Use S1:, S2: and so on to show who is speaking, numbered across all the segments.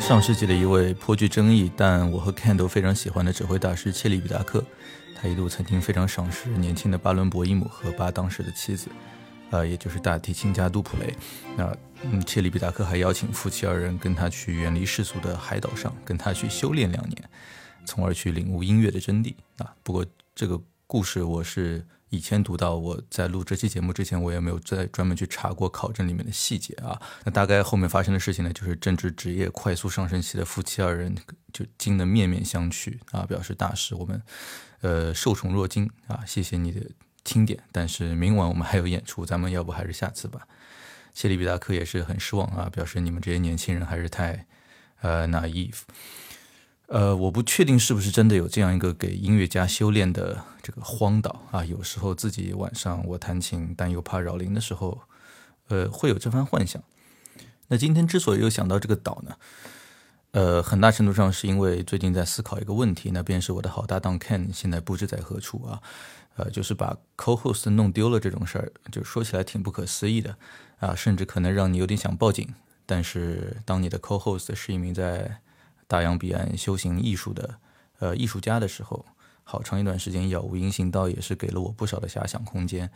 S1: 上世纪的一位颇具争议，但我和 Ken 都非常喜欢的指挥大师切利比达克，他一度曾经非常赏识年轻的巴伦博伊姆和巴当时的妻子，呃，也就是大提琴家杜普雷。那嗯，切利比达克还邀请夫妻二人跟他去远离世俗的海岛上，跟他去修炼两年，从而去领悟音乐的真谛啊。不过这个故事我是以前读到，我在录这期节目之前，我也没有再专门去查过考证里面的细节啊。那大概后面发生的事情呢，就是正值职业快速上升期的夫妻二人就惊得面面相觑啊，表示大师我们呃受宠若惊啊，谢谢你的钦点，但是明晚我们还有演出，咱们要不还是下次吧。谢里比达克也是很失望啊，表示你们这些年轻人还是太呃 naive。呃，我不确定是不是真的有这样一个给音乐家修炼的这个荒岛啊。有时候自己晚上我弹琴，但又怕扰邻的时候，呃，会有这番幻想。那今天之所以又想到这个岛呢，呃，很大程度上是因为最近在思考一个问题，那便是我的好搭档 Ken 现在不知在何处啊。呃，就是把 co-host 弄丢了这种事儿，就说起来挺不可思议的啊，甚至可能让你有点想报警。但是当你的 co-host 是一名在大洋彼岸修行艺术的呃艺术家的时候，好长一段时间杳无音信，倒也是给了我不少的遐想空间。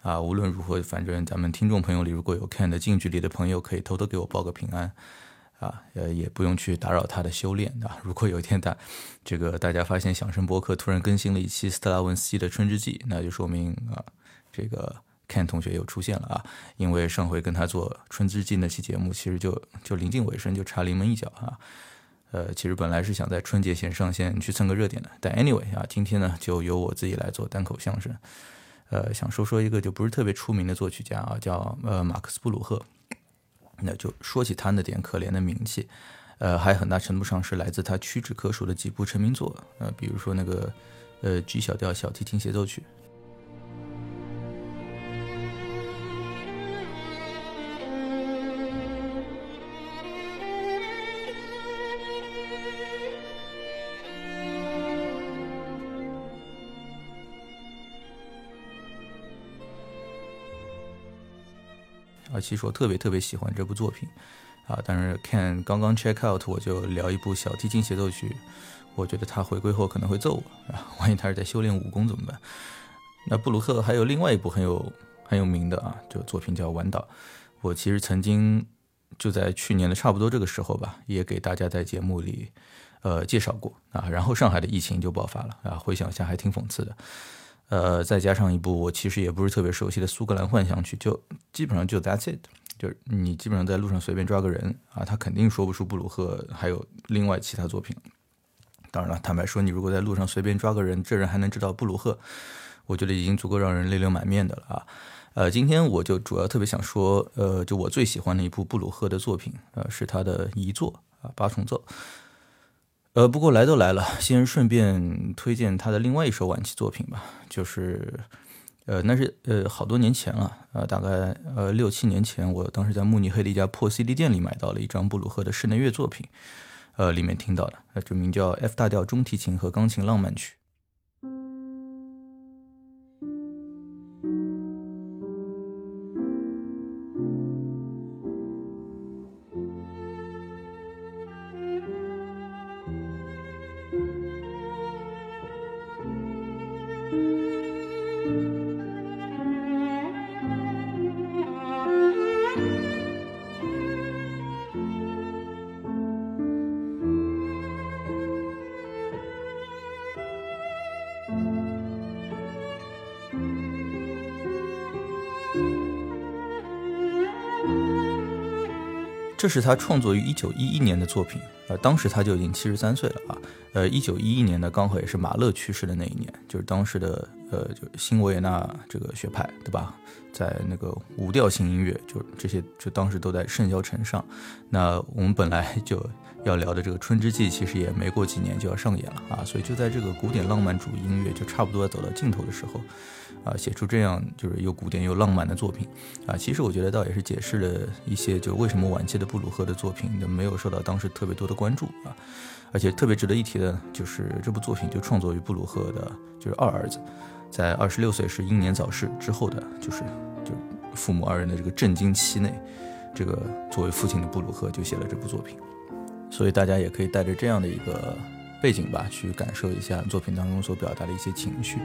S1: 啊，无论如何，反正咱们听众朋友里如果有看的近距离的朋友，可以偷偷给我报个平安，啊，呃，也不用去打扰他的修炼啊。如果有一天大这个大家发现响声博客突然更新了一期斯特拉文斯基的《春之祭》，那就说明啊，这个 Ken 同学又出现了啊。因为上回跟他做《春之祭》那期节目，其实就就临近尾声，就差临门一脚啊。呃，其实本来是想在春节前上线去蹭个热点的，但 anyway 啊，今天呢就由我自己来做单口相声。呃，想说说一个就不是特别出名的作曲家啊，叫呃马克思布鲁赫。那就说起他那点可怜的名气，呃，还很大程度上是来自他屈指可数的几部成名作，呃，比如说那个呃 G 小调小提琴协奏曲。而其实我特别特别喜欢这部作品，啊，但是 Ken 刚刚 check out，我就聊一部小提琴协奏曲，我觉得他回归后可能会揍我啊，万一他是在修炼武功怎么办？那布鲁克还有另外一部很有很有名的啊，这个作品叫《晚岛》，我其实曾经就在去年的差不多这个时候吧，也给大家在节目里呃介绍过啊，然后上海的疫情就爆发了啊，回想一下还挺讽刺的。呃，再加上一部我其实也不是特别熟悉的苏格兰幻想曲，就基本上就 that's it，就是你基本上在路上随便抓个人啊，他肯定说不出布鲁赫还有另外其他作品。当然了，坦白说，你如果在路上随便抓个人，这人还能知道布鲁赫，我觉得已经足够让人泪流满面的了啊。呃，今天我就主要特别想说，呃，就我最喜欢的一部布鲁赫的作品，呃，是他的遗作啊，八重奏。呃，不过来都来了，先顺便推荐他的另外一首晚期作品吧，就是，呃，那是呃好多年前了，呃，大概呃六七年前，我当时在慕尼黑的一家破 CD 店里买到了一张布鲁赫的室内乐作品，呃，里面听到的，呃，这名叫 F 大调中提琴和钢琴浪漫曲。这是他创作于一九一一年的作品，呃，当时他就已经七十三岁了啊，呃，一九一一年呢，刚好也是马勒去世的那一年，就是当时的呃，就是新维也纳这个学派，对吧？在那个无调性音乐，就这些，就当时都在盛嚣尘上。那我们本来就要聊的这个《春之祭》，其实也没过几年就要上演了啊，所以就在这个古典浪漫主义音乐就差不多走到尽头的时候，啊，写出这样就是又古典又浪漫的作品啊，其实我觉得倒也是解释了一些，就为什么晚期的布鲁赫的作品没有受到当时特别多的关注啊。而且特别值得一提的就是，这部作品就创作于布鲁赫的，就是二儿子，在二十六岁时英年早逝之后的，就是就父母二人的这个震惊期内，这个作为父亲的布鲁赫就写了这部作品，所以大家也可以带着这样的一个背景吧，去感受一下作品当中所表达的一些情绪。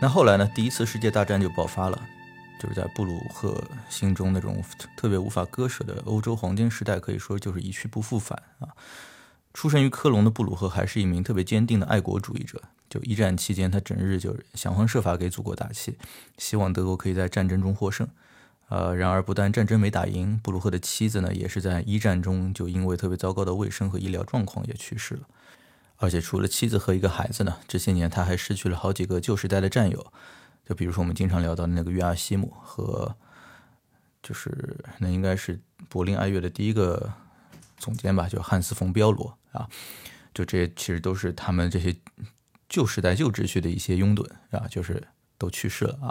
S1: 那后来呢，第一次世界大战就爆发了，就是在布鲁赫心中那种特别无法割舍的欧洲黄金时代，可以说就是一去不复返啊。出身于科隆的布鲁赫还是一名特别坚定的爱国主义者。就一战期间，他整日就想方设法给祖国打气，希望德国可以在战争中获胜。呃，然而不但战争没打赢，布鲁赫的妻子呢，也是在一战中就因为特别糟糕的卫生和医疗状况也去世了。而且除了妻子和一个孩子呢，这些年他还失去了好几个旧时代的战友，就比如说我们经常聊到的那个约阿西姆和，就是那应该是柏林爱乐的第一个总监吧，就汉斯·冯·彪罗啊，就这些其实都是他们这些。旧时代、旧秩序的一些拥趸啊，就是都去世了啊。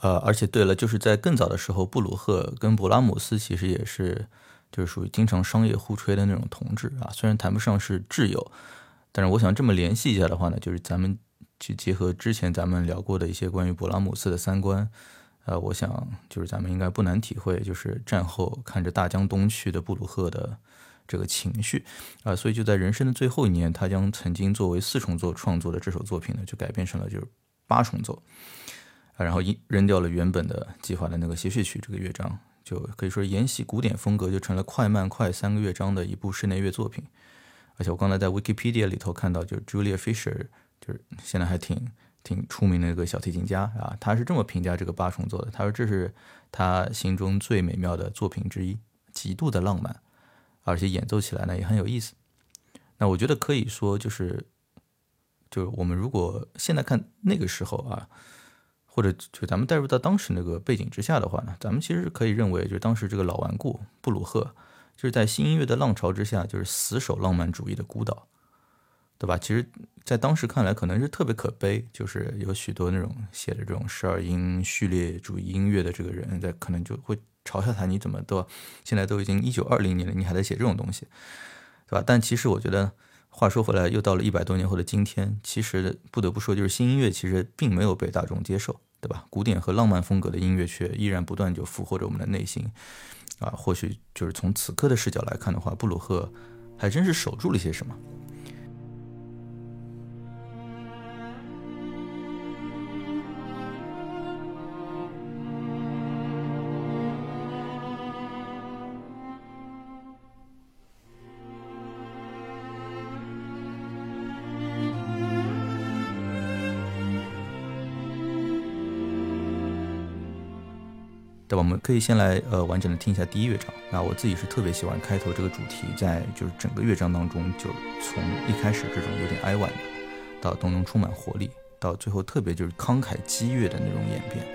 S1: 呃，而且对了，就是在更早的时候，布鲁赫跟勃拉姆斯其实也是就是属于经常商业互吹的那种同志啊，虽然谈不上是挚友，但是我想这么联系一下的话呢，就是咱们去结合之前咱们聊过的一些关于勃拉姆斯的三观，呃，我想就是咱们应该不难体会，就是战后看着大江东去的布鲁赫的。这个情绪啊、呃，所以就在人生的最后一年，他将曾经作为四重奏创作的这首作品呢，就改变成了就是八重奏啊，然后扔掉了原本的计划的那个协谑曲这个乐章，就可以说沿袭古典风格，就成了快慢快三个乐章的一部室内乐作品。而且我刚才在 Wikipedia 里头看到，就是 Julia Fisher，就是现在还挺挺出名的一个小提琴家啊，他是这么评价这个八重奏的，他说这是他心中最美妙的作品之一，极度的浪漫。而且演奏起来呢也很有意思。那我觉得可以说就是，就是我们如果现在看那个时候啊，或者就咱们带入到当时那个背景之下的话呢，咱们其实可以认为，就是当时这个老顽固布鲁赫，就是在新音乐的浪潮之下，就是死守浪漫主义的孤岛，对吧？其实，在当时看来，可能是特别可悲，就是有许多那种写的这种十二音序列主义音乐的这个人，在可能就会。嘲笑他，你怎么都现在都已经一九二零年了，你还在写这种东西，对吧？但其实我觉得，话说回来，又到了一百多年后的今天，其实不得不说，就是新音乐其实并没有被大众接受，对吧？古典和浪漫风格的音乐却依然不断就俘获着我们的内心，啊，或许就是从此刻的视角来看的话，布鲁赫还真是守住了些什么。对吧？我们可以先来呃完整的听一下第一乐章。那我自己是特别喜欢开头这个主题，在就是整个乐章当中，就从一开始这种有点哀婉的，到当中充满活力，到最后特别就是慷慨激越的那种演变。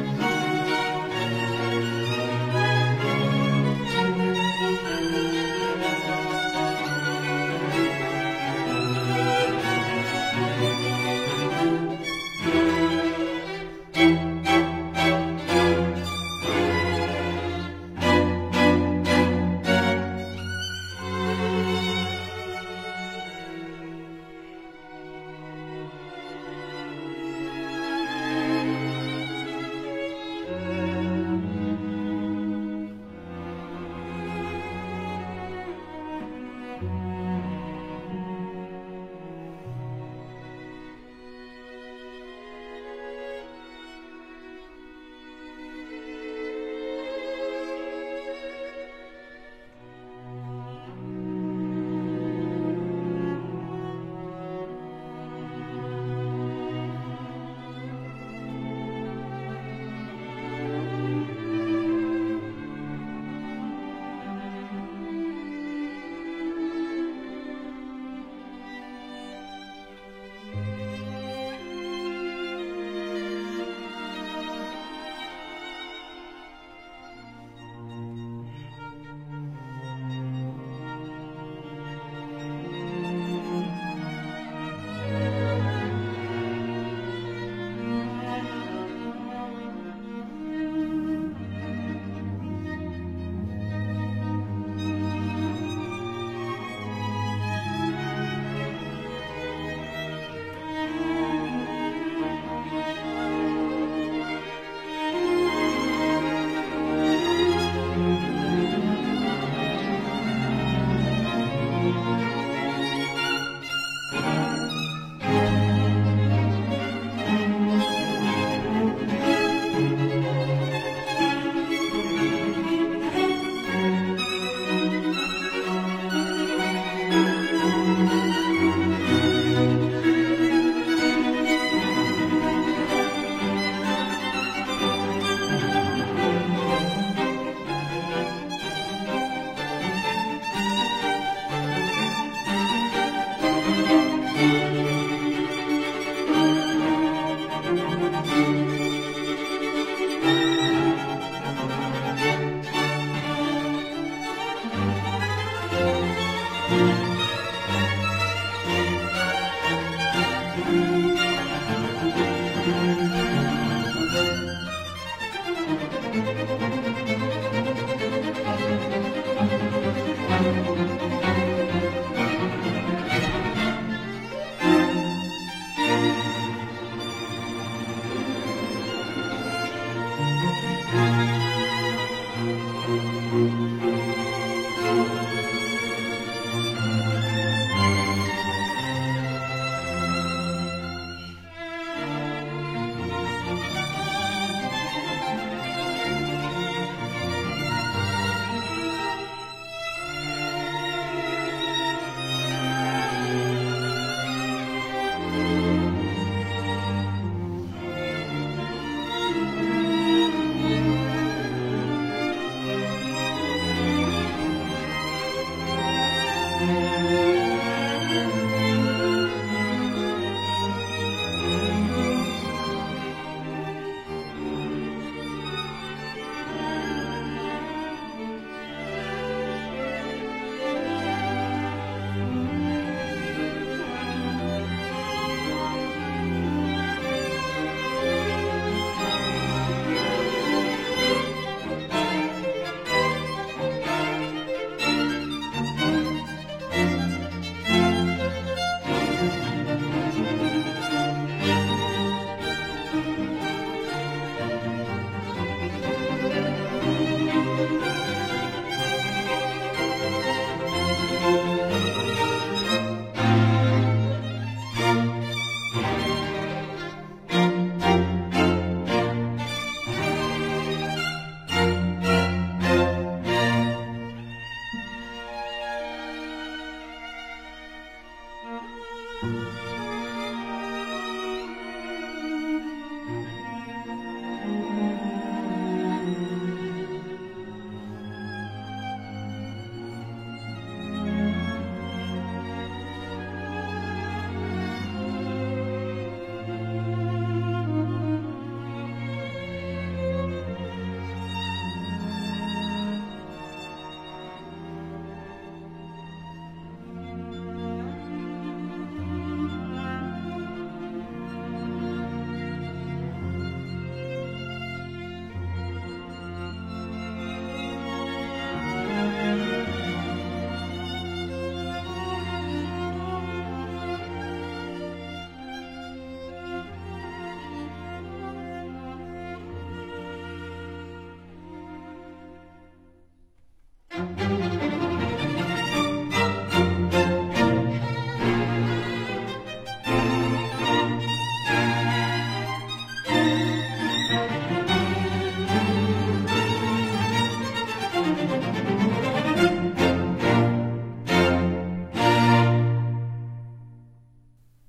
S2: 啊。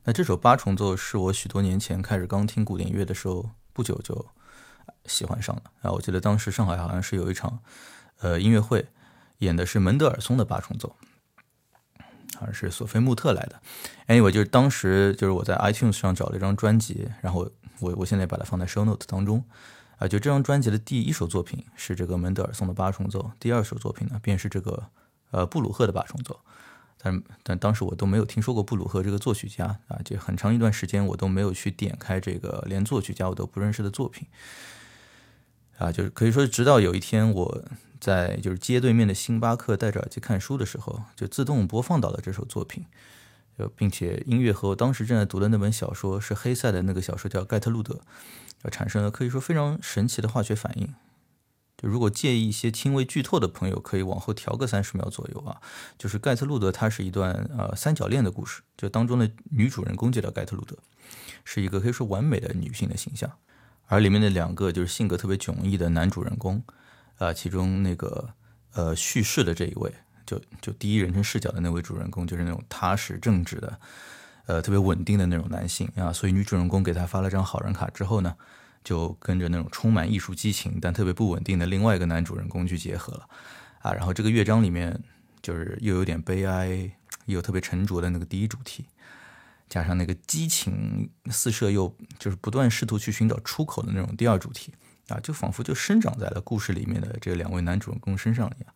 S1: 那这首八重奏是我许多年前开始刚听古典乐的时候不久就喜欢上的啊。我记得当时上海好像是有一场呃音乐会，演的是门德尔松的八重奏，好像是索菲穆特来的。Anyway，就是当时就是我在 iTunes 上找了一张专辑，然后我我现在把它放在 show note 当中啊。就这张专辑的第一首作品是这个门德尔松的八重奏，第二首作品呢便是这个呃布鲁赫的八重奏。但但当时我都没有听说过布鲁赫这个作曲家啊，这很长一段时间我都没有去点开这个连作曲家我都不认识的作品啊，就是可以说，直到有一天我在就是街对面的星巴克戴着耳机看书的时候，就自动播放到了这首作品，就并且音乐和我当时正在读的那本小说是黑塞的那个小说叫《盖特路德》，产生了可以说非常神奇的化学反应。如果介意一些轻微剧透的朋友，可以往后调个三十秒左右啊。就是盖特路德，它是一段呃三角恋的故事，就当中的女主人公就叫盖特路德，是一个可以说完美的女性的形象，而里面的两个就是性格特别迥异的男主人公，啊、呃，其中那个呃叙事的这一位，就就第一人称视角的那位主人公，就是那种踏实正直的，呃，特别稳定的那种男性啊，所以女主人公给他发了张好人卡之后呢。就跟着那种充满艺术激情但特别不稳定的另外一个男主人公去结合了，啊，然后这个乐章里面就是又有点悲哀，又有特别沉着的那个第一主题，加上那个激情四射又就是不断试图去寻找出口的那种第二主题，啊，就仿佛就生长在了故事里面的这两位男主人公身上一样，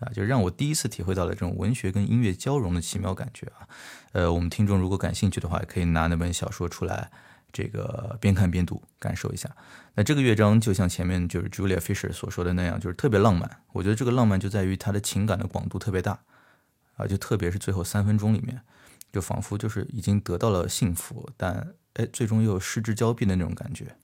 S1: 啊，就让我第一次体会到了这种文学跟音乐交融的奇妙感觉啊，呃，我们听众如果感兴趣的话，也可以拿那本小说出来。这个边看边读，感受一下。那这个乐章就像前面就是 Julia Fisher 所说的那样，就是特别浪漫。我觉得这个浪漫就在于它的情感的广度特别大啊，就特别是最后三分钟里面，就仿佛就是已经得到了幸福，但哎，最终又失之交臂的那种感觉。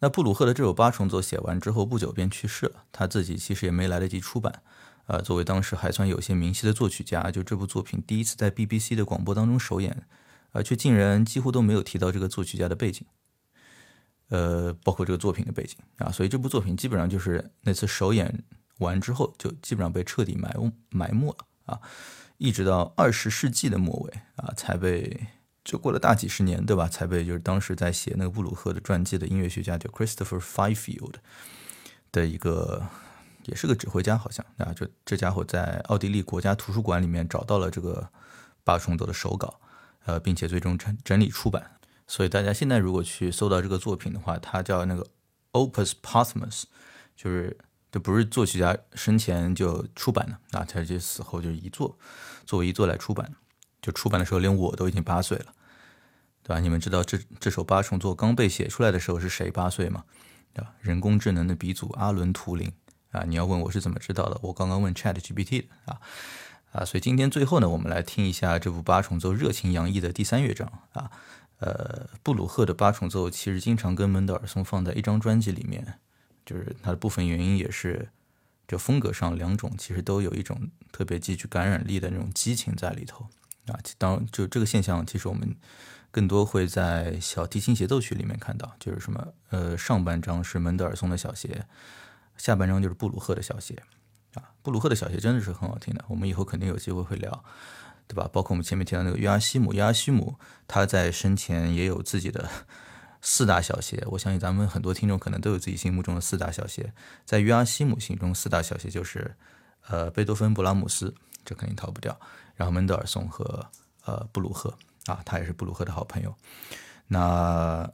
S1: 那布鲁赫的这首八重奏写完之后不久便去世了，他自己其实也没来得及出版。呃，作为当时还算有些名气的作曲家，就这部作品第一次在 BBC 的广播当中首演，呃，却竟然几乎都没有提到这个作曲家的背景，呃，包括这个作品的背景啊，所以这部作品基本上就是那次首演完之后，就基本上被彻底埋埋没了啊，一直到二十世纪的末尾啊，才被就过了大几十年，对吧？才被就是当时在写那个布鲁赫的传记的音乐学家叫 Christopher Fifield 的一个。也是个指挥家，好像啊，就这家伙在奥地利国家图书馆里面找到了这个八重奏的手稿，呃，并且最终整整理出版。所以大家现在如果去搜到这个作品的话，它叫那个 Opus Posthumous，就是这不是作曲家生前就出版的啊，他这死后就是遗作，作为遗作来出版。就出版的时候，连我都已经八岁了，对吧？你们知道这这首八重奏刚被写出来的时候是谁八岁吗？对吧？人工智能的鼻祖阿伦·图灵。啊，你要问我是怎么知道的？我刚刚问 Chat GPT 的啊啊，所以今天最后呢，我们来听一下这部八重奏热情洋溢的第三乐章啊。呃，布鲁赫的八重奏其实经常跟门德尔松放在一张专辑里面，就是它的部分原因也是，就风格上两种其实都有一种特别极具感染力的那种激情在里头啊。当然，就这个现象，其实我们更多会在小提琴协奏曲里面看到，就是什么呃，上半章是门德尔松的小协。下半章就是布鲁赫的小协，啊，布鲁赫的小协真的是很好听的，我们以后肯定有机会会聊，对吧？包括我们前面提到那个约阿希姆，约阿希姆他在生前也有自己的四大小协，我相信咱们很多听众可能都有自己心目中的四大小协，在约阿希姆心中，四大小协就是呃贝多芬、勃拉姆斯，这肯定逃不掉，然后门德尔松和呃布鲁赫，啊，他也是布鲁赫的好朋友，那。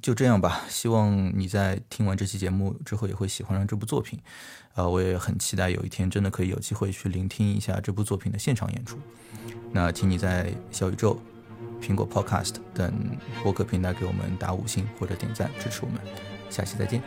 S1: 就这样吧，希望你在听完这期节目之后也会喜欢上这部作品，啊、呃，我也很期待有一天真的可以有机会去聆听一下这部作品的现场演出。那请你在小宇宙、苹果 Podcast 等播客平台给我们打五星或者点赞支持我们，下期再见。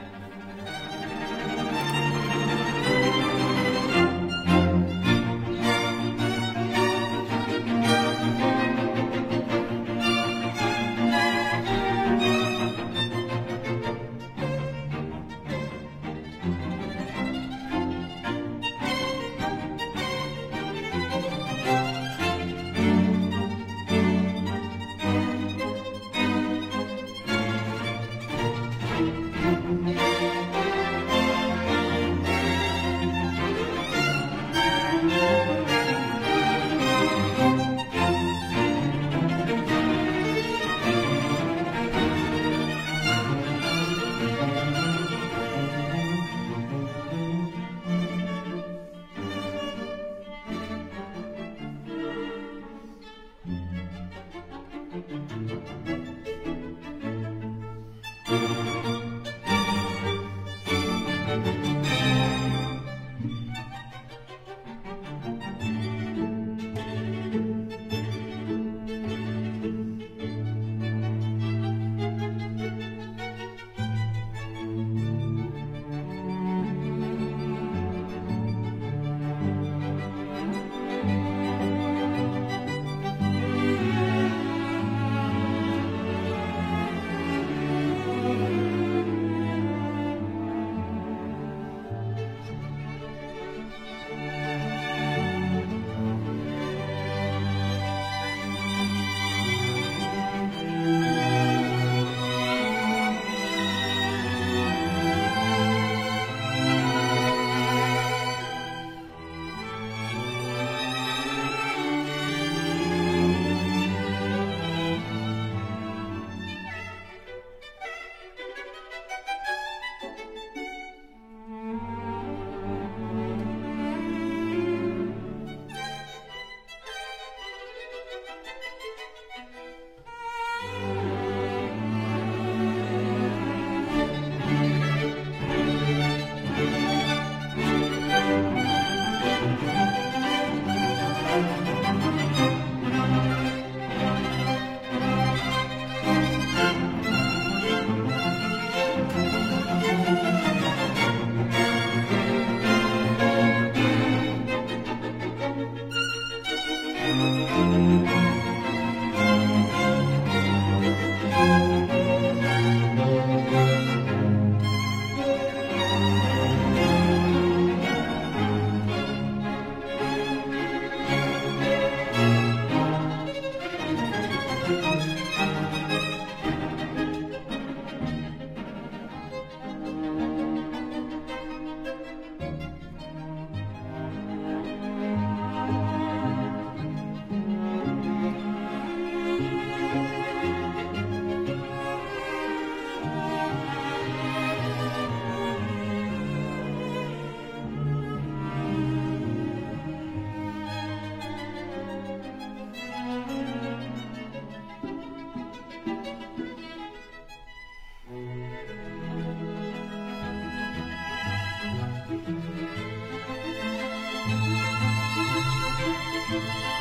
S1: 见。